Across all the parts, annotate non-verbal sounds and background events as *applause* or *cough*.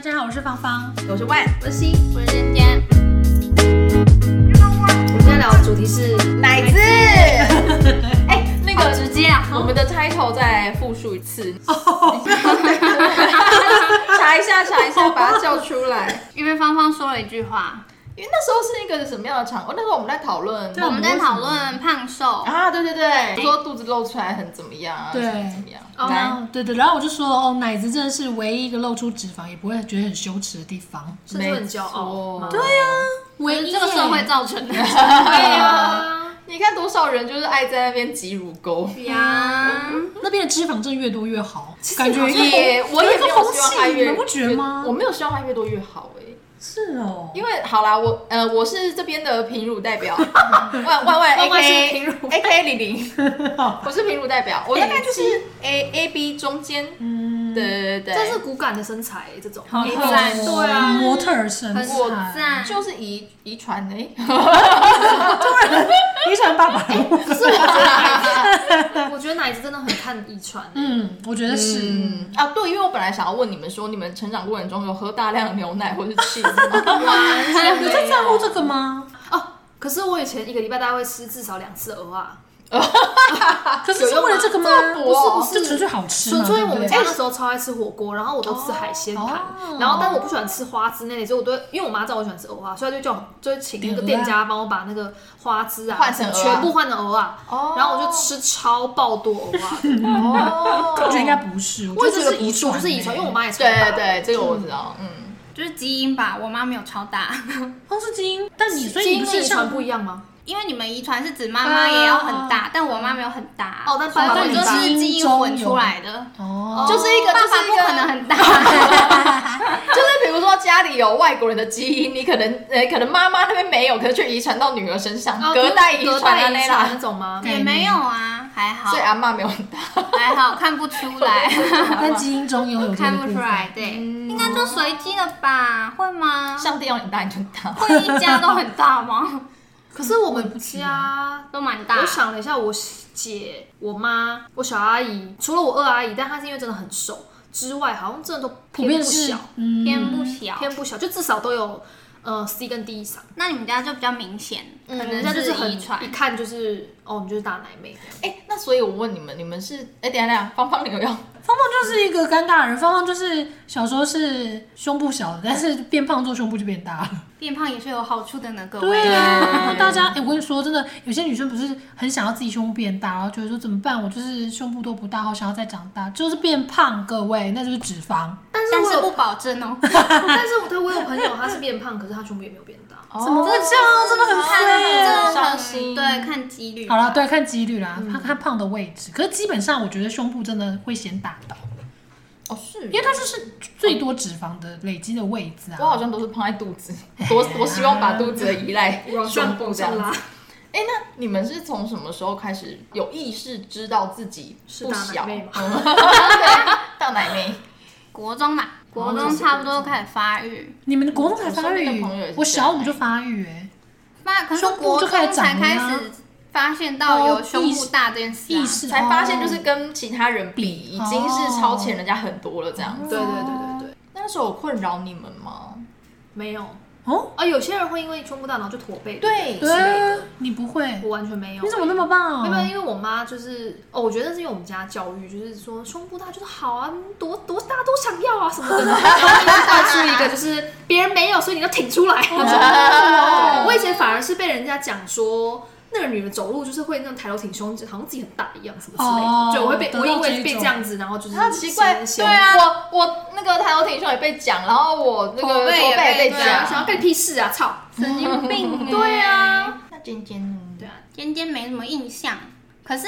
家好，我是芳芳。我是万，我是心，我是尖尖，我们今天聊的主题是奶 *laughs* 子。哎，那好个直接啊，我们的 title 再复述一 *laughs* 次，查一下，查一下，把它叫出来。因为芳芳说了一句话， *laughs* 因为那时候是一个什么样的场？哦，那时候我们在讨论对我们在讨论胖瘦，啊，对对对，说肚子露出来很怎么样啊？对怎么样？哦然来，后对对，然后我就说哦，奶子真的是唯一一个露出脂肪也不会觉得很羞耻的地方，甚至很骄傲吗。对呀、唯一哦这个社会耶造成的。对呀你看多少人就是爱在那边挤乳沟。呀，那边的脂肪真的越多越好，感觉也我也有一没个有风希望它气，你越，们不觉得吗？我没有希望它越多越好哎、是哦，因为好啦，我呃我是这边的平乳代 *laughs* 表，万万万 A 万万是 K 平乳 A K 李 *laughs* 玲，我是平乳代表，我大概就是 A A B 中间，嗯，对对对，这是骨感的身材，这种好好好赞哦对啊模特儿身 *laughs* 材，我赞就是遗遗传哎，遗传爸爸的部分，是我觉得奶子，我觉得奶子真的很看遗传、欸嗯，我觉得是，嗯啊对，因为我本来想要问你们说，你们成长过程中有喝大量的牛奶或是 cheese 吗？完全没你有在在乎这个吗？哦。可是我以前一个礼拜大概会吃至少两次鹅啊，可是是为了这个吗？补哦不是，就纯粹好吃嘛，纯粹对不我对们家那时候超爱吃火锅，然后我都吃海鲜盘哦，然后但是我不喜欢吃花枝那类，所以我都会因为我妈知道我喜欢吃鹅啊，所以她就叫我就会请那个店家帮我把那个花枝啊换成鹅啊全部换成鹅啊，哦然后我就吃超爆多鹅啊，*laughs* *laughs* 哦，我觉得应该不是，我我也觉觉得得是遗不是传，欸不是遗传，因为我妈妈也超大对对，这个我知道，嗯，就是基因吧，我妈没有超大， *laughs* 哦是基因，但你所以基你因不跟是遗传像不一样吗？因为你们遗传是指妈妈也要很大，但我妈没有很大。哦但爸我爸就很大是基因混出来的，哦， *laughs* 就是一个爸就爸是一不个可能很大。就是比如说家里有外国人的基因，你可能呃可能妈妈那边没有，可是却遗传到女儿身上，哦隔代遗隔传啊代那遗传啦那。种吗？也没有啊，还好所以，阿妈没有很大，还好看不出来，但基因中拥有这个看部不分出来，对，应该就随机的吧？会吗？上帝要你大你就 *laughs* 大。会一家都很大吗？可是我们啊家都蛮大。我想了一下，我姐、我妈、我小阿姨，除了我二阿姨，但她是因为真的很瘦之外，好像真的都普遍不是小，嗯偏不小，偏不小，就至少都有呃 C 跟 D 以上，那你们家就比较明显，嗯可可能能家嗯就是很遗传一。看就是哦，你就是大奶 *laughs* 妹这 *laughs* 样。哎、那所以我问你们，你们是哎、等一下等一下，芳芳你有要芳芳就是一个干大人，芳芳就是小时候是胸部小的，但是变胖之后胸部就变大了。变胖也是有好处的呢，各位。对啊，大家，哎、我跟你说，真的，有些女生不是很想要自己胸部变大，然后觉得说怎么办，我就是胸部都不大，好想要再长大，就是变胖，各位，那就是脂肪。但是但我是有，不保证哦，但是我对我有朋友，她是变胖，可是她胸部也没有变大。怎么会这样哦真的很衰耶看这伤很心。对，看几率。好了，，对，啊嗯看几率啦，看看胖的位置。可是基本上，我觉得胸部真的会先打倒，哦是因为它就是最多脂肪的累积的位置啊。我好像都是胖在肚子，多多希望把肚子的依赖往胸上部往这样上子拉。，哎、那你们是从什么时候开始有意识知道自己是不大奶小？妹吗 *laughs* 对大奶妹，国中嘛，国中差不多开始发育，你们的国中才发我身边的朋友也育是，我小这样五就发育、哎，那可是胸部国就中开始长才了啊开呀始发现到有胸部大这件事意啊。识才发现哦就是跟其他人比已经是超前人家很多了这样对子。对对对对，那时候有困扰你们吗？没有哦，啊。有些人会因为胸部大，然后就驼背。，对对是啊，你不会，我完全没有。你怎么那么棒？没有，因为我妈就是哦，我觉得那是因为我们家教育，就是说胸部大就是好啊，多多大都想要啊什么 *laughs* 的，然后带出一个就是别人没有，所以你要挺出来。哦 *laughs* 对我以前反而是被人家讲说。那个女的走路就是会那样抬头挺胸，好像自己很大一样，什么之类哦的。对，我会被得我到这因为一被种这样子，然后就是啊，奇怪，嫌对啊，我我那个抬头挺胸也被讲，然后我那个驼驼背也也被被对啊，想讲。要干你屁事啊！操！神经 *laughs* 病。欸对啊，那尖尖呢？对啊，尖尖没什么印象，可是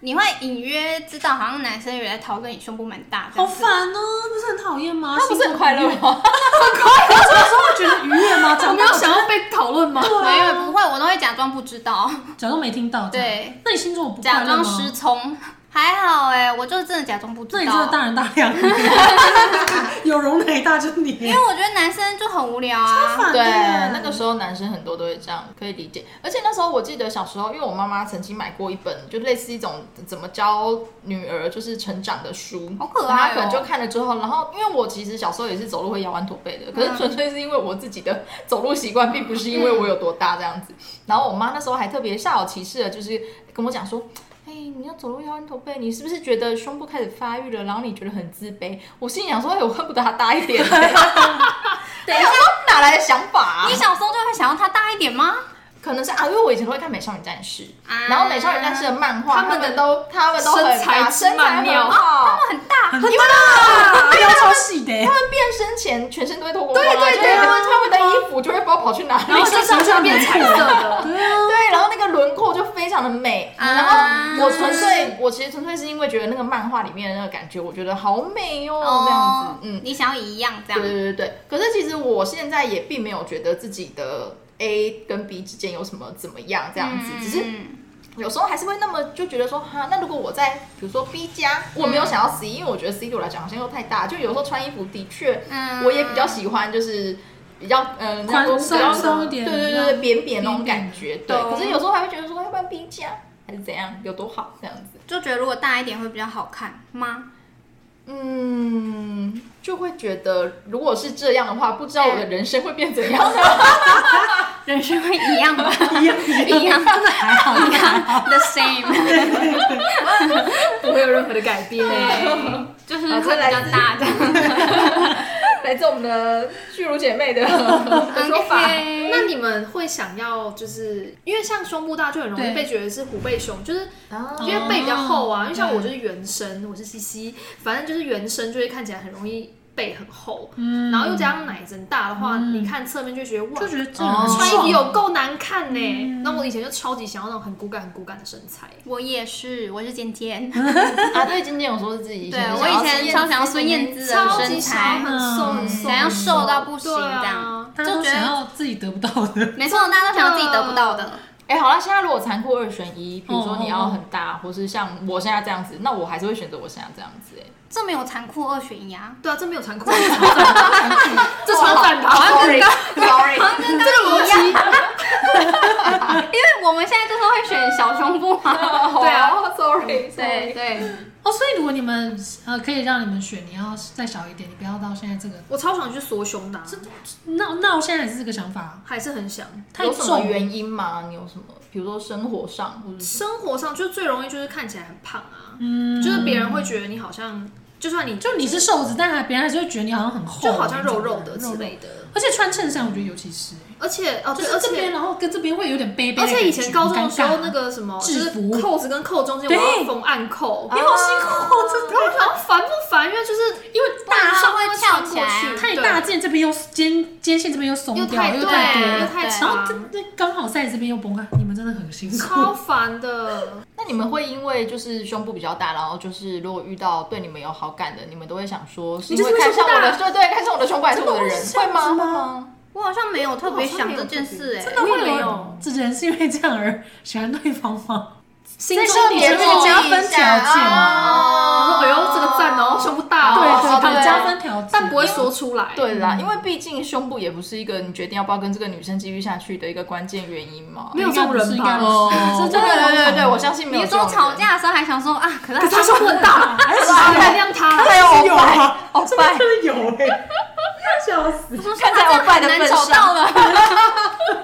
你会隐约知道，好像男生有在讨论你胸部蛮大这好样子。烦哦，不是很讨厌吗？他不是很快乐吗？心中不愉悦，觉得愉悦吗？ *laughs* 我长没大有想要被讨论吗？哦没有不会，我都会假装不知道，假装没听到。这样对，那你心中有不快假乐吗装失聪。还好哎、我就真的假装不知那道。你真的大人大量，有有容乃大就是你，因为我觉得男生就很无聊啊。反对的，那个时候男生很多都会这样，可以理解。而且那时候我记得小时候，因为我妈妈曾经买过一本，就类似一种怎么教女儿就是成长的书，好可爱哦然后她可能就看了之后，然后因为我其实小时候也是走路会摇弯驼背的，可是纯粹是因为我自己的走路习惯，并不是因为我有多大这样子。然后我妈那时候还特别煞有其事的，就是跟我讲说。哎、你要走路摇弯驼背，你是不是觉得胸部开始发育了，然后你觉得很自卑？我心里想说，哎、我恨不得他大一点、 *laughs* 哎等一下我，哪来的想法、啊？你小时候就会想要他大一点吗？可能是啊，因为我以前都会看《美少女战士》啊然后《美少女战士》的漫画，他他们的们都他们都很身材大之身材曼妙啊很好，很大，很大，腰超细的，他们变身前全身都会脱光光啊，对对对就是他们他们的衣服就会不知道跑去哪然里后。身上就要变彩色 *laughs* 的，对，然后那个轮廓就非常的美。啊然后我纯粹，我其实纯粹是因为觉得那个漫画里面的那个感觉，我觉得好美哦，这样子，嗯，你想要一样这样对，对对对，可是其实我现在也并没有觉得自己的 A 跟 B 之间有什么怎么样这样子，只是嗯有时候还是会那么就觉得说，哈，那如果我在比如说 B 加，我没有想要 C，、因为我觉得 C 对我来讲好像又太大，就有时候穿衣服的确，嗯我也比较喜欢就是。比较嗯，宽那种松比较松一点对对对对，扁扁那种感觉，对。懂可是有时候还会觉得说，要不然 B 加还是怎样，有多好这样子，就觉得如果大一点会比较好看吗？嗯，就会觉得如果是这样的话，不知道我的人生会变怎样。啊人生会一样吗？一样一一样真的还好，真的还好。 ，the same，不会有任何的改变。就是会比较大这样。来自我们的巨乳姐妹的的说法。 OK 那你们会想要就是因为像胸部大就很容易被觉得是虎背胸，就是哦因为背比较厚啊。因为像我就是原生，我是西西，反正就是原生就会看起来很容易背很厚，嗯然后又加上奶真大的话，嗯你看侧面就觉得嗯哇就。觉得这哦人穿衣服爽有够难看呢、那、我以前就超级想要那种很骨感、很骨感的身材。我也是，我是尖尖。啊，对，今天有说自己以对前我以前超想要孙燕姿的超级身想材嗯要，很瘦很瘦，想要瘦到不行对这啊样，，大家就都觉想得要自己得不到的，没错，大家都想要自己得不到的。哎、好了，现在如果残酷二选一，比如说你要很大，或是像我现在这样子，那我还是会选择我现在这样子、哎，这没有残酷二选一啊，对啊，这没有残酷， *laughs* 这超反的，好像，sorry，这个一样，因为我们现在就是会选小胸部嘛。对啊，sorry， *laughs* 对，对，哦，所以如果你们呃可以让你们选，你要再小一点，你不要到现在这个我超想去缩胸的啊，那那我现在也是这个想法，还是很想。太有什么重了。原因吗？你有什么？比如说生活上，或者是生活上就最容易就是看起来很胖啊，嗯，就是别人会觉得你好像，就算你就你是瘦子，但还别人还是会觉得你好像很厚，就好像肉肉的之类的，而且穿衬衫，我觉得尤其是，而且哦就对，是而这边，且然后跟这边会有点背背而的感觉。且以前高中的时候很尴尬那个什么，就制是服扣子跟扣中间对我要缝暗扣，你好辛苦哦，真的。然后烦不烦？因为就是因为大上上会面会翘穿起过来啊去，太对大件，这边又肩肩线这边又松又掉，太又对太多又了，太对然后长这，这刚好赛这边又崩开，你们真的很辛 *laughs* 超苦。烦的。那你们会因为就是胸部比较大，然后就是如果遇到对你们有好感的，你们都会想说，是你就因是为看上我的，胸对对，看上我的胸部还是我的人，会吗？会吗？我好像没有特别想这件事哎、欸真的那我会也没有有这人是因为这样而喜欢对方吗？心在中这底边线这个加分条件我说啊哎呦这个赞哦，胸部大哦哦，对对对，加分条件，但不会说出来。对啦，因为毕竟胸部也不是一个你决定要不要跟这个女生继续下去的一个关键原因嘛。没有这种人吧哦，对这对真的很对对对，常我相信没你有。有时候吵，架的时候还想说啊，可是可他是他胸部很大，还是原谅他。还有真的欧有哎哦拜，啊，欧真拜的，真的有欸哎，笑死！说看在我拜的很难份找到上。了，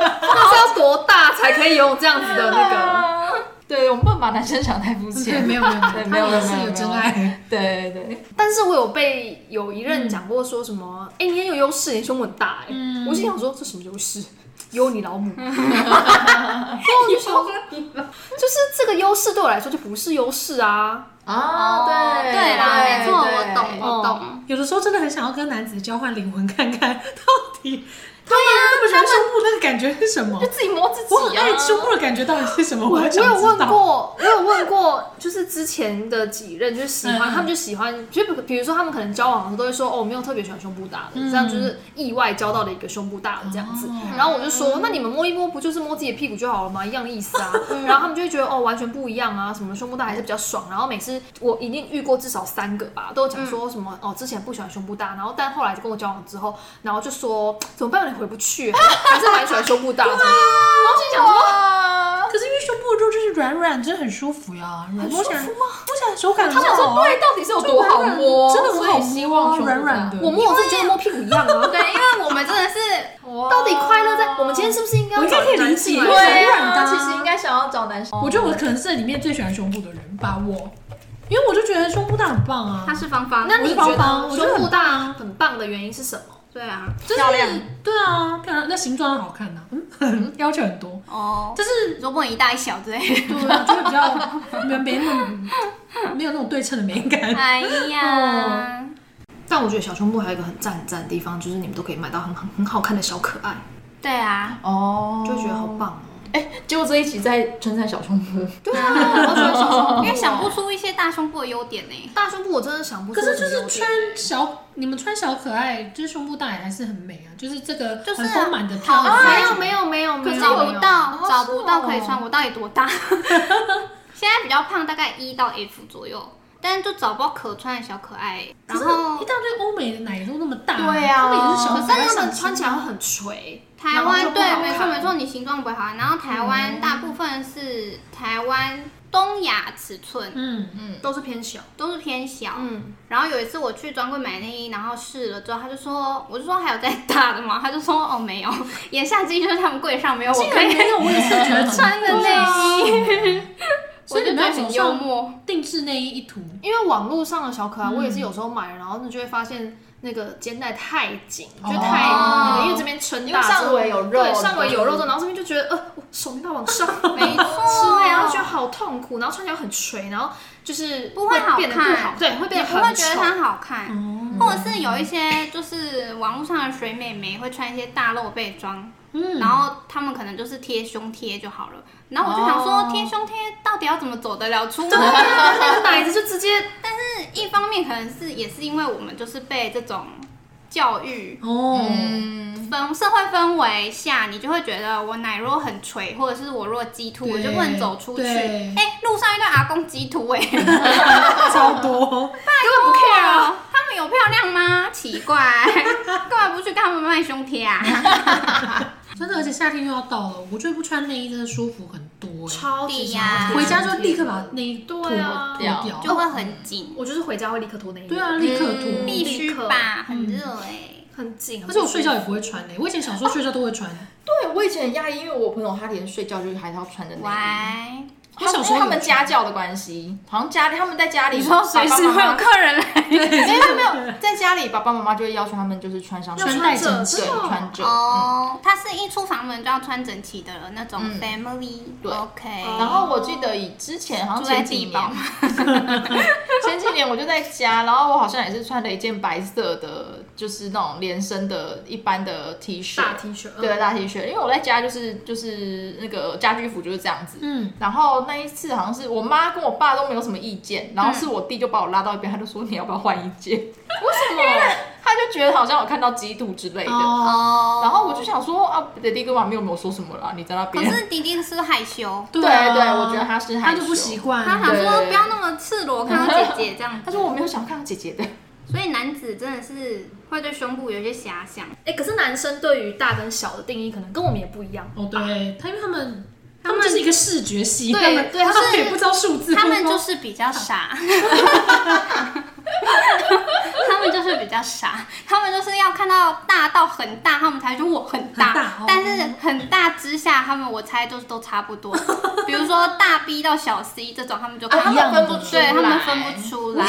那是要多大才可以有这样子的那个？对，我们不能把男生想太肤 *laughs* 对， *laughs* 浅。没有没有对没没有有，没有他也是没有有真没有爱，对对对，但是我有被有一任讲过说什么，哎、你很有优势，你胸部很大、哎、嗯我心想说这什么优势？有你老母， *laughs* 啊就是这个优势对我来说就不是优势啊。啊对哦对啦，没错，对我懂，我懂。有的时候真的很想要跟男子交换灵魂，看看到底他们那么喜欢胸部，那个感觉是什么就？自己摸自己我很啊爱。胸部的感觉到底是什么？我我很想有知问道。过，我有问过，就是之前的几任就是喜欢，嗯他们就喜欢，就比比如说他们可能交往的时候都会说，哦，我没有特别喜欢胸部大的，这样就是意外交到了一个胸部大的这样子。哦然后我就说，那你们摸一摸不就是摸自己的屁股就好了吗？一样的意思啊。然后他们就会觉得，哦，完全不一样啊，什么胸部大还是比较爽。然后每次我一定遇过至少三个吧，都有讲说什么，哦，之前不喜欢胸部大，然后但后来就跟我交往之后，然后就说怎么办？你回不去，还是蛮喜欢胸部大的。然后心想说。哇可是因为胸部的肉就是软软，真的很舒服呀，很舒服吗？摸起来手感他很想好说，啊。对，到底是有多好摸？真的很所好以希望摸啊，胸部大软软的。我摸我自己觉得摸屁股一样 *laughs* 啊。对，因为我们真的是到底快乐在我们今天是不是应该要我应该可以找男理解性来因为聊对软软的啊，哦啊其实应该想要找男生。我觉得我可能是里面最喜欢胸部的人吧，我，因为我就觉得胸部大很棒啊它。是方方，那我你是芳觉芳得我觉得胸部很大啊很棒的原因是什么？对啊，就是漂亮对啊，漂亮，那形状很好看呐、嗯， *laughs* 要求很多，哦，就是如果一大一小哎之类的，对，就会比较没没那么没有那种对称的美感。哎呀，但我觉得小胸部还有一个很赞很赞的地方，就是你们都可以买到很很很好看的小可爱， *laughs* 对啊，哦就会觉得好。棒哦。哎，结果这一集在称赞小胸部，对啊，我好喜欢小胸部，因为想不出一些大胸部的优点呢。大胸部我真的想不出可有什是么就优点。是穿小，你们穿小可爱，就是胸部大也还是很美啊，就是这个就是很丰满的好套看餐。啊没有没有没有，可没有是没有我到哦找不到是哦可以穿，我到底多大？ *laughs* 现在比较胖，大概一到 F 左右，但是就找不到可穿的小可爱。可然是后一大堆欧美的奶都那么大，对啊他们也是小可可是爱他上们身穿起来会很垂，台然后就湾不好对，没错看嗯没错，你形状不会好。然后台湾大部分是台湾东亚尺寸，嗯，都是偏小。都是偏小。嗯，然后有一次我去专柜买内衣，然后试了之后，他就说，我就说还有再大的吗？他就说哦没有，言下之意就是他们柜上没有我可以没有，我也是觉得穿的内衣，所以你们我要就觉得走很幽上默。定制内衣一图，因为网络上的小嗯可爱，我也是有时候买了，然后呢就会发现那个肩带太紧，就太哦那个，因为这边撑因为大之后，上围有肉对，上围有肉之后，然后这边就觉得呃，我手没办法往上，嗯 *laughs* 没错之类，然后觉得好痛苦，然后穿起来很垂，然后就是不会好变得不好，看对，会变也得不会很觉得丑。它好看，哦或者是有一些就是网络上的水美眉会穿一些大露背装，嗯，然后她们可能就是贴胸贴就好了。然后我就想哦说，贴胸贴到底要怎么走得了出门？ *laughs* 那个奶子就直接一方面可能是也是因为我们就是被这种教育哦，嗯，氛社会氛围下，你就会觉得我奶若很垂，或者是我若鸡突，对我就不能走出去。对哎、路上一堆阿公鸡突哎、超多。根本不 care 啊！他们有漂亮吗？奇 *laughs* 怪，干嘛不去跟他们卖胸贴啊？真的，而且夏天又要到了，我觉得不穿内衣真的舒服很多欸、超对级呀回家就立刻把内衣脱对啊脱掉，就会很紧， *laughs* 我就是回家会立刻脱内衣，对啊，，立刻脱。嗯必须吧，很热哎、嗯很紧。而且我睡觉也不会穿欸诶、我以前小时候睡觉都会穿，对我以前很压抑，因为我朋友他连睡觉就是还是要穿着内衣。我喂，小时候因为他们有家 *laughs* 教的关系，好像家里他们在家里，你说随时会有客人来没有没有，在家里爸爸妈妈就会要求他们就是穿上要睡穿戴着整对齐真。的哦穿着，嗯哦，他是一出房门就要穿整齐的了那种嗯 family，对 OK，然后我记得以之前好像住在前几地年堡，，前几年我就在家，然后我好像也是穿了一件白色的，就是那种连身的一般的 T 恤， *laughs* 大 T 恤，嗯对，大 T 恤，因为我在家就是就是那个家居服就是这样子。嗯，然后那一次好像是我妈跟我爸都没有什么意见，然后是我弟就把我拉到一边，他就说你要不要换一件？为什么？他就觉得好像我看到基督之类的。哦，哦，然后我就想说啊，爹地跟妈咪有没有说什么啦？你在那可边？是迪迪是不是害羞，对对啊对我觉得他是害他就不习惯，他想说嗯对不要那么赤裸看到姐姐这样 *laughs* 他子，说我没有想看到姐姐的，所以男子真的是会对胸部有一些遐想，哎，可是男生对于大跟小的定义可能跟我们也不一样。哦，对他，因为他们他们就是一个视觉系，对他们对他们是也不知道数字，他们就是比较傻，他们就是比较傻，他们就是要看到大到很大，他们才说我很大，很大哦但是很大之下，他们我猜就是都差不多，比如说大 B 到小 C 这种，他们就看啊不一样的分不出对来，他们分不出来。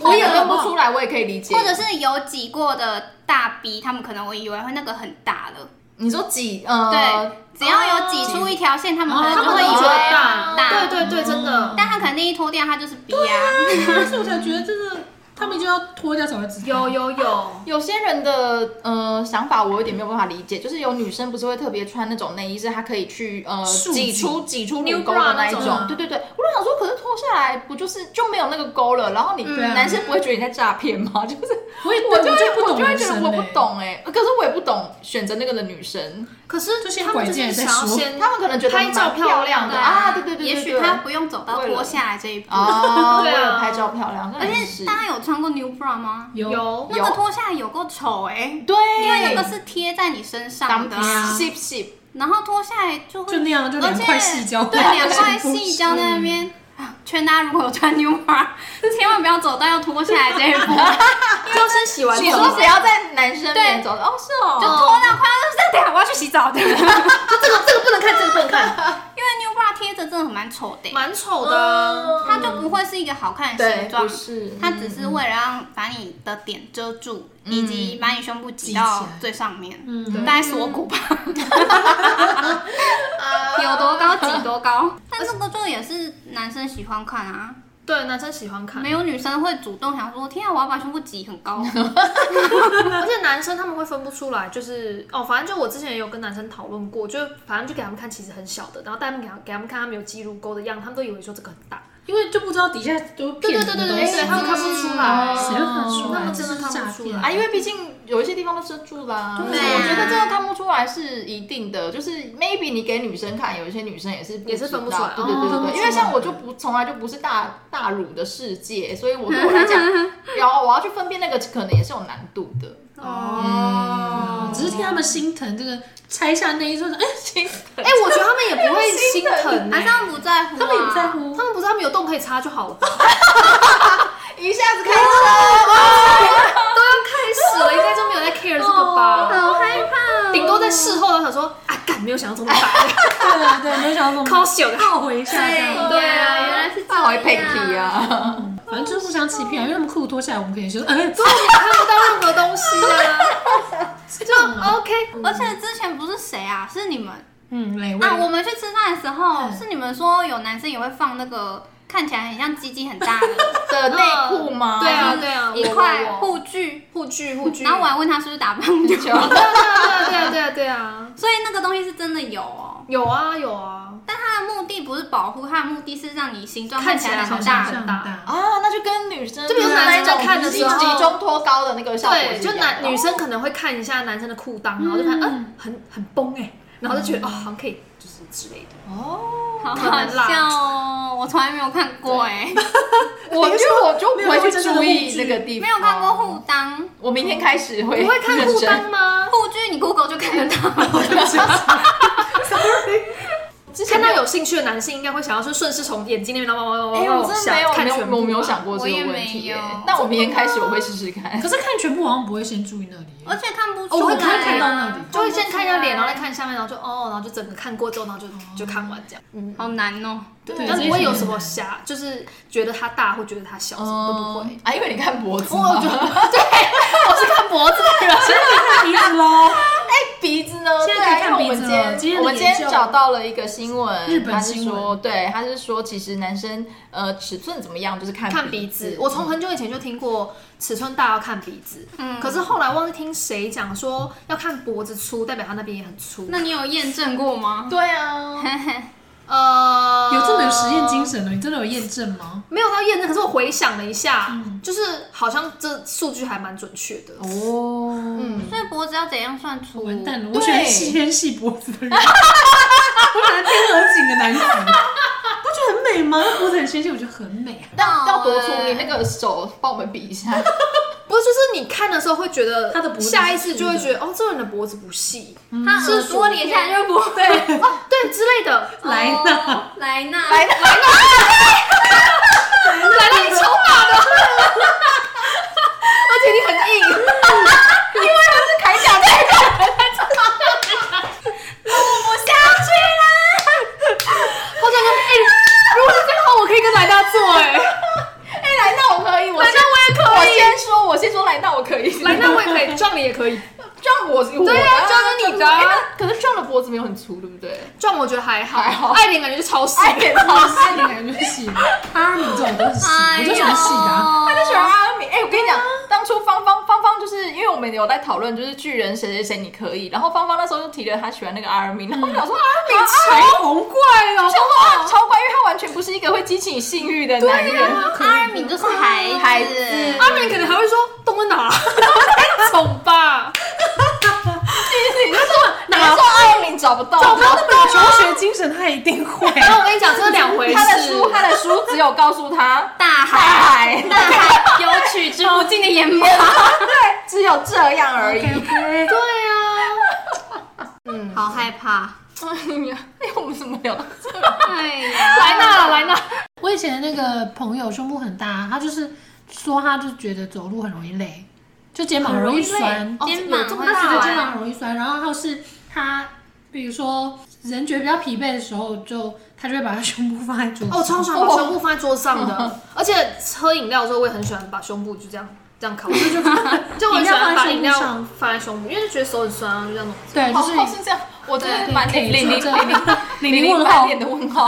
我也认分不出来，我也可以理解。或者是有挤过的大 B，他们可能我以为会那个很大了，你说几呃，对，只要有挤出一条线，哦他们可哦能他就们会都以觉为得很大，啊大，嗯对对对，真的。但他可能内衣脱掉，他就是 B 啊来，所以我才觉得真的。他们就要脱掉才会知道。有有有，有些人的呃想法我有点没有办法理解，就是有女生不是会特别穿那种内衣，是她可以去呃束挤紧出挤出 New 乳沟的 bra 那一那种种啊。对对对，我就想说，可是脱下来不就是就没有那个沟了？然后你、对啊男生不会觉得你在诈骗吗？就是我也我对就我会不我懂就会人觉得生欸我不嘞，懂哎、可是我也不懂选择那个的女生，可是就先他们就是拐想进来再要说先他们可能觉得拍照蛮漂漂亮亮的的啊对对对对也对，许她不用走到为了脱下来这一步。啊，为对啊了拍照漂亮，那而也且是大家有穿过 New Bra 吗？有有那个脱下来有够丑哎、对，因为那个是贴在你身上当的、当啊，皮 sip sip，然后脱下来就会就那样，就两块细胶，对两块细胶在那边。啊劝大家如果有穿 New Bra，千万不要走到要脱下来这一步，周身洗完你澡，说只要在男生面对走，哦是哦，就脱到快要哎就是等一下我要去洗澡的，因为这个这个不能看，这个不能看， New Bra 贴着真的很蛮丑的、欸蛮丑的。它就不会是一个好看的形状不，是，它只是为了让把你的点遮住，以及把你胸部挤到最上面，嗯，大概锁骨吧，有多高挤多高。但这个就也是男生喜欢看啊，对，男生喜欢看没，有女生会主动想说，天啊，我要把胸部挤很高。啊而且男生他们会分不出来，就是哦，反正就我之前也有跟男生讨论过，就反正就给他们看其实很小的，然后带他们给他给他们看他们有肌乳沟的样子，他们都以为说这个很大。因为就不知道底下都对骗对什对么对东对西对，他们看不出来，谁会看得出来？他们真的看不出来这是诈骗啊，因为毕竟有一些地方都遮住啦。对啊我觉得这个看不出来是一定的，就是 maybe 你给女生看，有一些女生也是也是分不知道出对来对哦对分不对出来对，因为像我就不从来就不是大大乳的世界，所以我对我 *laughs* 来讲，然后我要去分辨那个，可能也是有难度的。哦只是替他们心疼，这个拆下内衣说，哎，心哎，我觉得他们也不会心疼还是欸，他们不在乎、啊，他们也不在。乎他，们不是他们有洞可以插就好了吧。一下子开车，都要开始了，应该就没有在 care 这个哦吧？好害怕、哦，顶多在事后他想说啊，干没有想到这么 *laughs* 白，对啊对，没有想到这好么小的。懊悔一下这对样。对啊原来是这换样。回 p a 啊，反正就是互相欺骗啊，因为他们裤子脱下来，我们可以说， *laughs* 哎，对，啊你看不到任何东西 *laughs* 啊，这样啊，就 OK。而且之前不是谁啊，是你们嗯，美味啊，我们去吃饭的时候，嗯是你们说有男生也会放那个看起来很像鸡鸡很大的 *laughs* 的内裤吗？ *laughs* 对啊，对啊，一我块我护具，护具护具。然后我还问他是不是打 *laughs* 棒球，就对啊对啊对啊对啊对啊，所以那个东西是真的有哦。有啊有啊，但它的目的不是保护，它的目的是让你形状看起起来来好很像大哦是。很 *laughs* 大，啊，那就跟女生就比如是男生那种看的时候集中托高的那个效果是对，一样就的男女生可能会看一下男生的裤哦裆，然后就看，嗯，很很崩哎，然后就嗯觉得哦，好像可以就是之类的。哦，好可好能啦笑哦，我从来没有看过哎、我就我就不没会有去真的注护意具那个地没方，有看过护裆。我明天开始会你会看哎认裤真裆吗？护具你 Google 就看得到，之前看到没有，有兴趣的男性，应该会想要说顺势从眼睛那边然后往往哎，往我往真下的没有看没全部有我没有吧想过这我也个问没题有耶。那我明天开始我会试试看 *laughs* 可。是看全部好像不会先注意那里， *laughs* 而且看不出哦我可来、啊以看到那里就会先看一下脸，然后再看下面，然后就哦，然后就整个看过之后，然后就就看完这样，好难哦。对但不会有什么这些瞎，就是觉得他大或觉得他小，什么都不 *laughs* 会。啊，因为你看脖子我嘛，我觉得对，我是看脖子的人，看鼻子喽，鼻 *laughs* 子呢？现对在可以看啊，因为鼻我子们了今天的我们今天研究找到了一个新日闻，本他是新闻说，对，他是说，其实男生呃尺寸怎么样，就是看看鼻子。我从很久以前就听过尺寸大要看鼻子，嗯可是后来忘记听谁讲说要看脖子粗，代表他那边也很粗。那你有验证过吗？ *laughs* 对啊，呃， *laughs* 有这么有实验精神的，你真的有验证吗？没有到验证，可是我回想了一下，就是好像这数据还蛮准确的。嗯哦，嗯，所以脖子要怎样算粗？完蛋了，对我选细偏细脖子的人，我 *laughs* 选天鹅颈的男子， *laughs* 不觉得很美吗？那脖子很纤细，我觉得很美啊。要要多粗欸？你那个手帮我们比一 *laughs* 下。不是，就是你看的时候会觉得他的脖子是下意识就会觉得哦，这个人的脖子不细，他耳朵连下来就不会。哦，对之类的。莱纳，莱纳，来来来，来了，你超大的， *laughs* 而且你很硬，铠甲 *laughs* 在好想跟哎、如果是这样的话，我可以跟莱娜做哎、哎，来，那我可以，我先我也我先说，我先说来，那我可以。莱娜我也可以，壮丽也可以，就撞我，我对啊就是你哎那可是撞的脖子没有很粗，对不对？撞我觉得还好，还好爱莲感觉就超细， *laughs* 点超细的感觉细，阿米这种都是细，我就喜欢细的啊。他就喜欢阿米。哎、我跟你讲，当初芳芳芳芳就是因为我们有在讨论，就是巨人谁谁谁你可以，然后芳芳那时候就提了她喜欢那个阿米，然后我想说阿 *laughs* 米哎彩虹怪哦超，哇超乖，因为他完全不是一个会激起你性欲的男人。阿米就是孩子，孩子阿美可能还会说动了哪， *laughs* 太丑吧，你是说哪说阿米找不到？找不到那么有求学精神，他一定会。 *laughs* 然后我跟你讲，这是两回他的事。书，他的书只有告诉他大大海，海，大啊海有取之不尽的眼眸。只有这样而已。 OK，对啊，嗯，好害怕。哎呀， *laughs* 哎，我们怎么聊到这？哎呀，来那来那，我以前的那个朋友胸部很大，他就是说他就觉得走路很容易累，就肩膀容易酸，哦肩膀有这么会他觉大得啊肩膀很容易酸，然后他是他，比如说人觉得比较疲惫的时候，就他就会把他胸部放在桌上。哦，超喜欢把胸部放在桌上的，而且喝饮料的时候，我也很喜欢把胸部就这样这样靠着，就 *laughs* 就我很喜欢把饮料放在胸部，因为就觉得手很酸啊，就这样弄。对，好就是 *laughs* 好是这样，我真的是满脸对 *laughs* 零零可以零零零零零零问满号，脸的问 *laughs* 号，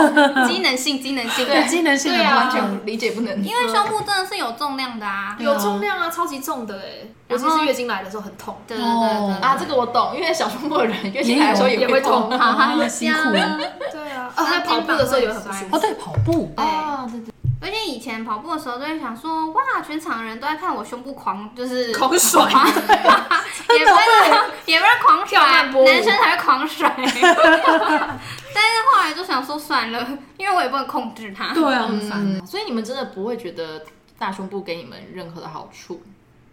机能性，机能性。对，机能性的对啊话完全理解不能。因为胸部真的是有重量的啊。对啊有重量啊，超级重的哎，尤然其后是月经来的时候很痛。对对对啊，这个我懂，因为小胸部的 *laughs* 人月经来的时候也会会痛好啊好辛苦啊。对啊，啊，在跑步的时候也很不舒哦，服。对，跑步，对哦，对对，而且以前跑步的时候，都会想说，哇，全场人都在看我胸部狂，就是狂甩狂也不会也不会狂跳甩，慢波舞男生还会狂甩。但是后来就想说算了，因为我也不能控制它。对啊，很烦。嗯，所以你们真的不会觉得大胸部给你们任何的好处？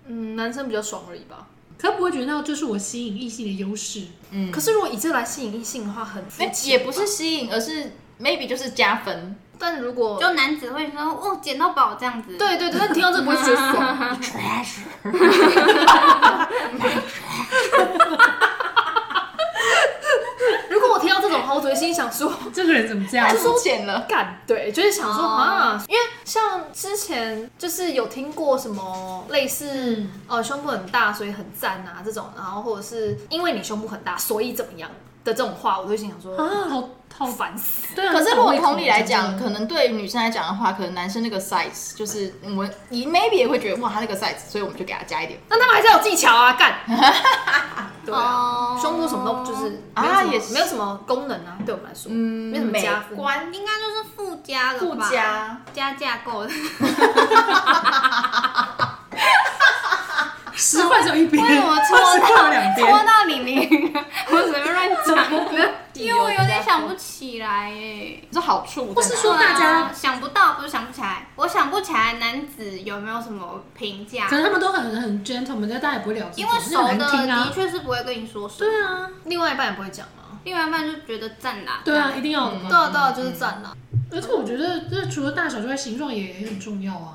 嗯，男生比较爽而已吧。可不会觉得这是我吸引异性的优势，嗯，可是如果以这来吸引异性的话，很肤哎浅也不是吸引，而是 maybe 就是加分。但如果就男子会说，哦，捡到宝这样子。对对对，但你听到这个不会觉得爽。啊 *laughs* 如果我听到这种话，我只会心里想说，这个人怎么这样太？肤浅了，干对，就是想说哦啊，因为像之前就是有听过什么类似嗯呃胸部很大所以很赞啊这种，然后或者是因为你胸部很大所以怎么样的这种话，我就会心想说啊，好好好，烦死。对啊。可是如果同理来真讲，的嗯可能对女生来讲的话，可能男生那个 size 就是我们你 maybe 也会觉得哇，他那个 size，所以我们就给他加一点那他们还是有技巧啊， *laughs* 干。对啊，哦，胸部什么都就是哦啊没有什么也是没有什么功能啊，对我们来说，嗯没什么美加分。观应该就是附加了附吧？加。加架构的。十块只有一边，为 *laughs* 什么戳二十块有到两戳边？到李玲？ *laughs* *laughs* 我随便乱讲的，因为我有点想不起来哎。这好处或在是哪说大家对啊想不到，不是想不起来，我想不起来男子有没有什么评价可，能他们都很很 gentleman，但大家也不会聊这种，因为熟很的难听的啊。确是不会跟你说什对么，啊，另外一半也不会讲啊。另外一半就觉得赞啦。对啊，一定要的对嘛。啊对啊，就是赞啊。而且我觉得，这除了大小之外，形状也很重要啊。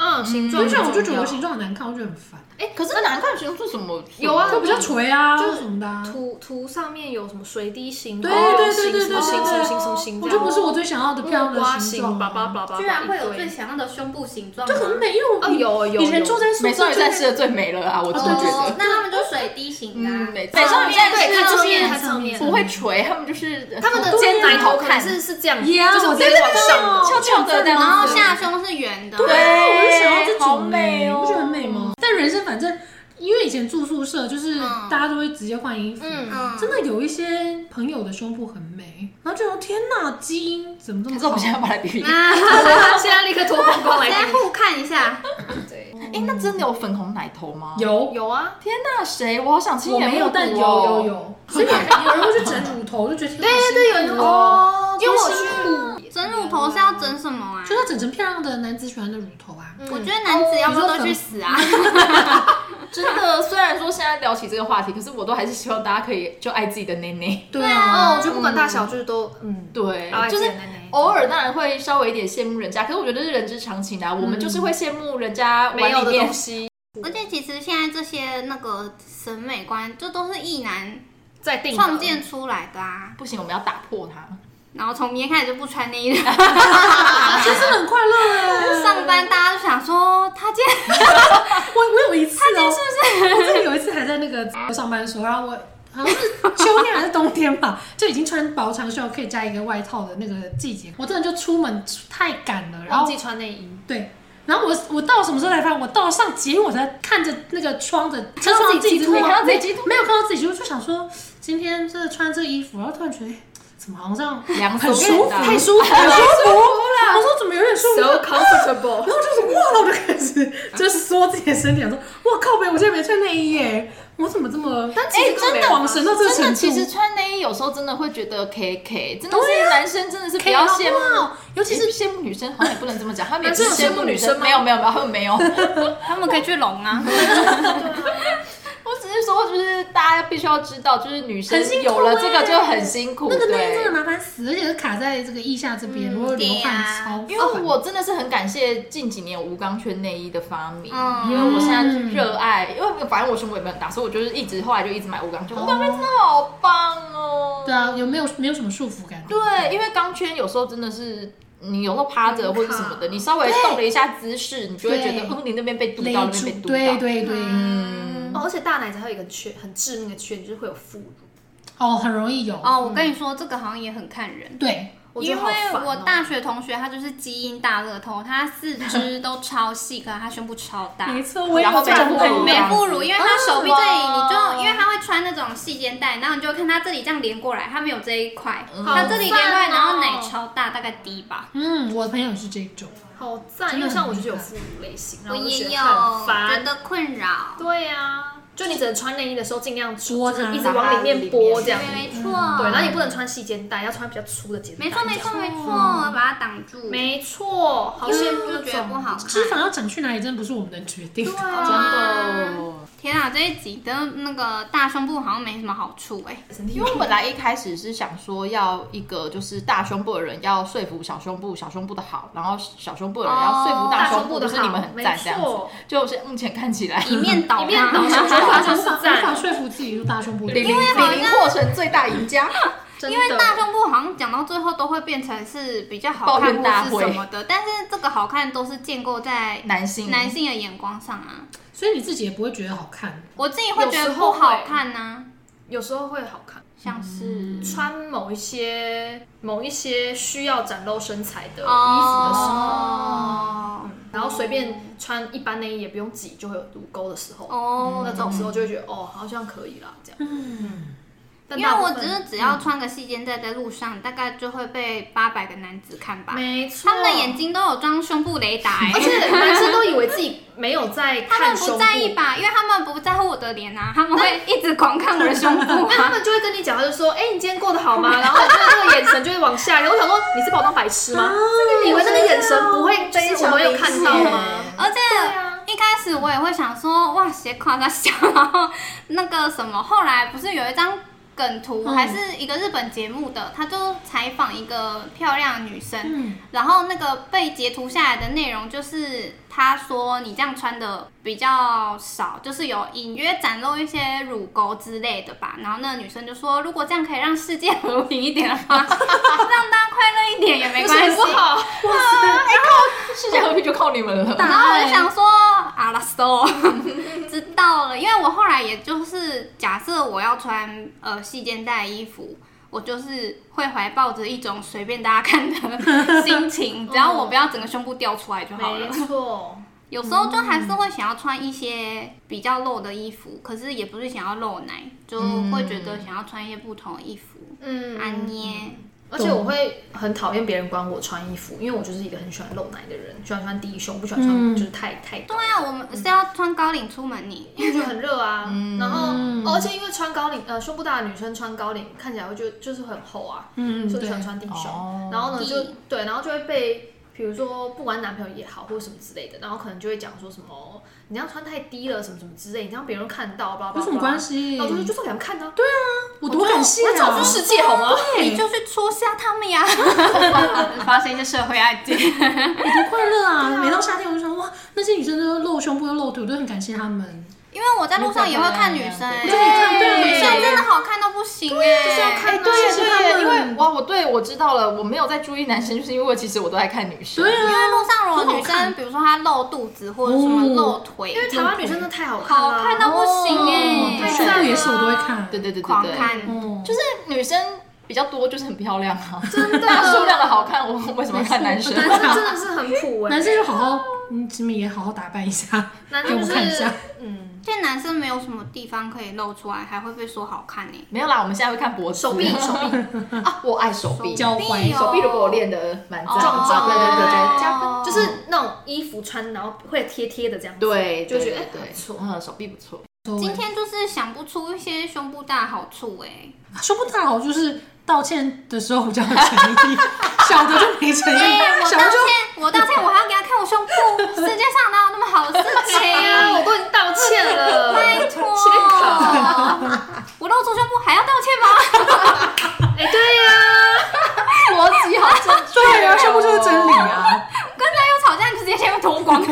嗯，形所状很以重要。我就觉得我形状很难看，我觉得很烦。哎，可是难看形容是什么？有啊就比较垂啊，就或什么的啊。图图上面有什么水滴形、对欧对对洲形、对什么对对形、对什么形、什么形，我就不是我最想要的漂亮瓜的形形状，叭叭叭叭，居然会有一堆最想要的胸部形状吗，就很美，因为我啊有有以前有住在宿美少舍女就战会士的最美了啊，我真的觉哦得。，那他们就水滴型的啊嗯，，美美少女战对，士看都侧是面，面看侧面，不会垂，他们就是他们的从肩肩奶头头可能看是是这样， Yeah，就是我直接往上的。翘翘的这样子，然后下胸是圆的，对，啊哦我就想要这好种美欸哦你不觉得很美吗？但人生反正因为以前住宿舍，就是嗯大家都会直接换衣服，嗯，嗯，真的有一些朋友的胸部很美，然后就说天哪，基因怎么这可么是我好们？现在把它比比。啊， *laughs* 现在立刻脱光光来大家看。互看一下，对，哎，那真的有粉红奶头吗？。有，有啊，天哪，谁？我好想亲我眼没目有，睹但有哦有。有，所以有有人会去整乳头，就觉得对对对，有人说哦，因为我去，去，整乳头是要整什么啊？就是要整成漂亮的男子喜欢的乳头啊。嗯我觉得男子要不都去死啊！真的，虽然说现在聊起这个话题，可是我都还是希望大家可以就爱自己的内内。对哦，啊我，觉得不管大小，就是都嗯，对然后，就是还自己的内内偶尔当然会稍微一点羡慕人家，可是我觉得这是人之常情啊。我们就是会羡慕人家没有碗里的面东西 *laughs* 而且其实现在这些那个审美观，就都是异男 *laughs* 在定的创建出来的啊。不行，我们要打破它。然后从明天开始就不穿内衣了。其实啊很快乐哎。 *laughs* 上班大家都想说，他今天我我有一次哦，是不是？我真的有一次还在那个上班的时候，然后我好像是秋天还是冬天吧，就已经穿薄长袖可以加一个外套的那个季节，我真的就出门太赶了，然忘后记穿内 *laughs* 衣，对。然后我我到什么时候才发现？我到了上节目，我才看着那个窗的车窗的镜子，看到自己没没有看到自己，就就想说今天真的穿这个衣服，然后突然觉得哎怎么好像凉很爽舒服，的太舒服了，舒服了。我说怎么有点舒服？ comfortable。然后就是哇，然后我就开始就是缩自己的身体，想说哇靠北，我现在没穿内衣耶，我怎么这么哎但其实根本没有恍神到这个真程的，度？其实穿内衣有时候真的会觉得 K K，真的是男生真的是可比以较好羡不慕，好尤其是羡慕女生，好像也不能这么讲，他们也男 *laughs* 不生是有羡羡慕慕女女生，生吗没有没有没有，他们没有。 *laughs* *laughs* 他们可以去拢啊，我只是说，就是大家必须要知道，就是女生很辛苦有了这个欸就很辛苦，那个内衣真对的。麻烦死，而且是卡在这个腋下这边，嗯我有流对汗呀超烦。因为我真的是很感谢近几年无钢圈内衣的发明，嗯因为我现在热爱，因为反正我胸部也没有很大，所以我就是一直后来就一直买无钢圈，哦无钢圈真的好棒哦。对啊，有没有没有什么束缚感？对，因为钢圈有时候真的是。你有时候趴着或者什么的，你稍微动了一下姿势，你就会觉得，对哦，你那边被堵勒到，那边住被，堵对到。对对，嗯， *laughs* 哦，而且大奶子还有一个缺，很致命的缺，就是会有副乳。哦，很容易有， *laughs* 哦，我跟你说，这个好像也很看人。对，我觉因得为好烦哦我大学同学他就是基因大乐透，他四肢都超细，可他胸部超 *laughs* 啊大，错，我也有这样的朋友美美妇乳，因为他手臂这里，你哦就因为他会穿那种细肩带，然后你就看他这里这样连过来，他没有这一块，嗯他这里连过来，好赞哦然后奶超大，大概低吧。嗯，我的朋友是这种，好赞，因为像我就是有副乳类型，然后就也觉有得很觉烦。得困扰，对啊，就你只能穿内衣的时候尽量拨就是它一直往里面拨这样。没错，嗯对，然后你不能穿细肩带，要穿比较粗的肩带。没错没错没错，把它挡住，没嗯错，好因为羡我慕就这觉得种不。好脂肪看。要长去哪里，真的不是我们能决定的。真的。天啊，这一集的那个大胸部好像没什么好处哎、因为我本来一开始是想说要一个就是大胸部的人要说服小胸部小胸部的好，然后小胸部的人要说服大哦大胸胸部，部就的是你们很赞这样没子错。就是目前看起来，一面倒，啊 *laughs* 一面倒吗啊 *laughs* 小胸部无大法无法无胸部是法赞，说服自己说大胸部，李玲李玲获成最大赢家。真的因为大胸部好像讲到最后都会变成是比较好抱看怨大或会是什么的，但是这个好看都是建构在男性男性的眼光上啊。所以你自己也不会觉得好看。我自己会觉得不好看呐、有时候会好看，像是穿某一些某一些需要展露身材嗯的衣服的时候，哦然后随便穿一般内衣也不用挤，就会有乳沟的时候，哦那种时候就会觉得哦，好像可以啦，这样。嗯，但因为大部我分只是只要穿个细肩带在路上，大概就会被八百个男子看吧。没错，他们的眼睛都有装胸部雷达、欸，*laughs* 而且男生都以为自己没有在他们看胸不部，在意吧？因 *laughs* 为他们不在乎我的脸啊，他们 *laughs* 会一直狂看我的胸部那他啊。们就会跟你讲，他就说：“哎、你今天过得好 *laughs* 吗？”然后你那个眼神就会往下流。我想说，你是把我当白 *laughs* 痴吗？你以为那个眼神不会，就是我没有看到 *laughs* 吗？而且啊一开始我也会想说，哇，斜挎在笑，然后那个什么，后来不是有一张梗图，嗯还是一个日本节目的，他就采访一个漂亮的女生，嗯然后那个被截图下来的内容就是，他说你这样穿的比较少，就是有隐约展露一些乳沟之类的吧。然后那个女生就说，如果这样可以让世界和平一点 *laughs* 的话，让大家快乐一点也没有关什么系。不好？世界和平就靠你们了。然后我就想说，阿拉索， *laughs* 知道了，因为我后来也就是假设我要穿呃细肩带衣服，我就是会怀抱着一种随便大家看 *laughs* 的心情，只要我不要整个胸部掉出来就好了没。错，有时候就还是会想要穿一些比较露的衣服，可是也不是想要露奶，就会觉得想要穿一些不同的衣服。嗯啊捏，而且我会很讨厌别人管我穿衣服，因为我就是一个很喜欢露奶的人，喜欢穿低胸，不喜欢穿嗯就是太太高对，啊，我们是要穿高领出门你。因为就很热啊。嗯然后、哦而且因为穿高领，呃，胸部大的女生穿高领看起来会就就是很厚啊，嗯，所以对喜，欢穿低胸。哦然后呢，低就对，然后就会被，比如说不管男朋友也好，或者什么之类的，然后可能就会讲说什么你这样穿太低了，什么什么之类，你这样别人看到，巴拉有巴拉。什么关？系然？啊后我就说就是给他们看啊，对啊，我多感谢我要啊走！出世界好吗？你就去戳瞎他们呀！ *laughs* 发生一些社会案件，我多快乐啊！每到夏天，我就想哇，那些女生都露胸部又露腿，我都很感谢她们。因为我在路上也会看女生、啊我对就可以看对女生真的好看到不不行哎、就是要看啊对呀对呀，是因他们为哇，我对我知道了，我没有在注意男生， *laughs* 就是因为其实我都在看女生。对啊，因为路上如果女很好看生，比如说她露肚子或者什么哦露腿，因为台湾女生真的太好看好了，看到不行哦哎、对胸啊部也是我都会看，对对对对狂对，看。哦，就是女生比较多，就是很漂亮啊，真的，大数量的好看，我为什么要看男生？男生真的是很普哎、男生就好好，嗯，起码也好好打扮一下，男给生我就看一是下。嗯，这男生没有什么地方可以露出来，还会被说好看欸呢、没有啦，我们现在会看脖子、手臂手臂， *laughs* 啊，我爱手臂，交换臂哦手臂如果我练的蛮赞的，哦对对对对，加哦分嗯就。是那种衣服穿然后会贴贴的这样子，对，就觉得对哎对不错，嗯，手臂不错。今天就是想不出一些胸部大好处哎、胸部大好就是道歉的时候比较有诚意，小的就没嗯诚意哎、，我小道的就歉，我道歉，我还要给他看我胸部，世界上哪有那么好的事哎呀，情？啊我都已经道歉了，拜托，我露出胸部还要道歉吗？哎、对呀、逻辑好正 *laughs* 确哦对啊，胸部就是真理啊，跟男友吵架，你直接先脱光。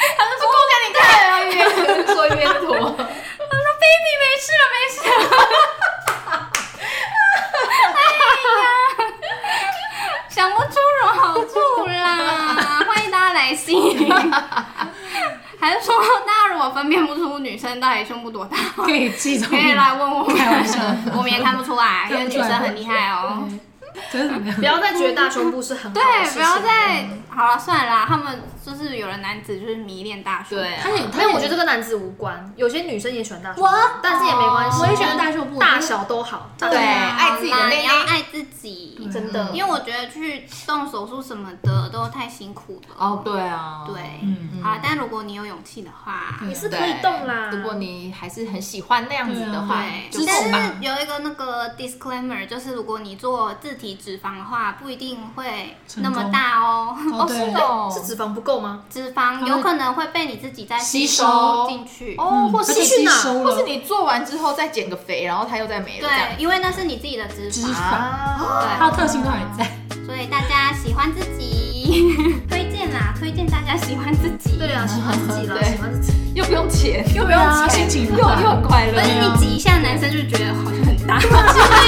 他就说：“我给你看对啊，一边说一边脱， ，baby 没事了，没事了。”哎呀，想不出什么好处啦！欢迎大家来信。还是说，大家如果分辨不出女生到底胸部多 *laughs* 大，可以记住可。以来问我们开玩笑，我们也看不出来，因为女生很厉害哦。真的没有不要再觉得大胸部是很好的对，不事情要再好了，算了啦，他们就是有的男子就是迷恋大胸，对啊他也他也没有，我觉得这跟男子无关。有些女生也喜欢大胸，我但是也没关系，我也喜欢大胸部，大小都好。对对，啊啊爱自己的好啦内你内要爱自己，真的，因为我觉得去动手术什么的都太辛苦了。哦，对啊，对，嗯，好啦，但如果你有勇气的话，对你是可以动啦。如果你还是很喜欢那样子的话，嗯对就，动吧。但是有一个那个 disclaimer，就是如果你做自体脂肪的话，不一定会那么大 *laughs* 哦。哦对是哦，是脂肪不够吗？脂肪有可能会被你自己再吸收收进去。哦，或而是且你吸收或是了你做完之后再减个肥，然后它又再没了，这样对，因为那是你自己的脂脂肪，肪，啊，它的特性都还在。所以大家喜欢自 *laughs* 己，推荐啦，推荐大家喜欢自己。对啊，喜欢自己啦，对喜欢自己。又不用钱，又不对啊用钱，心情又又很快乐 *laughs* 不是。你挤一下，男生就觉得好像很大。哦 *laughs*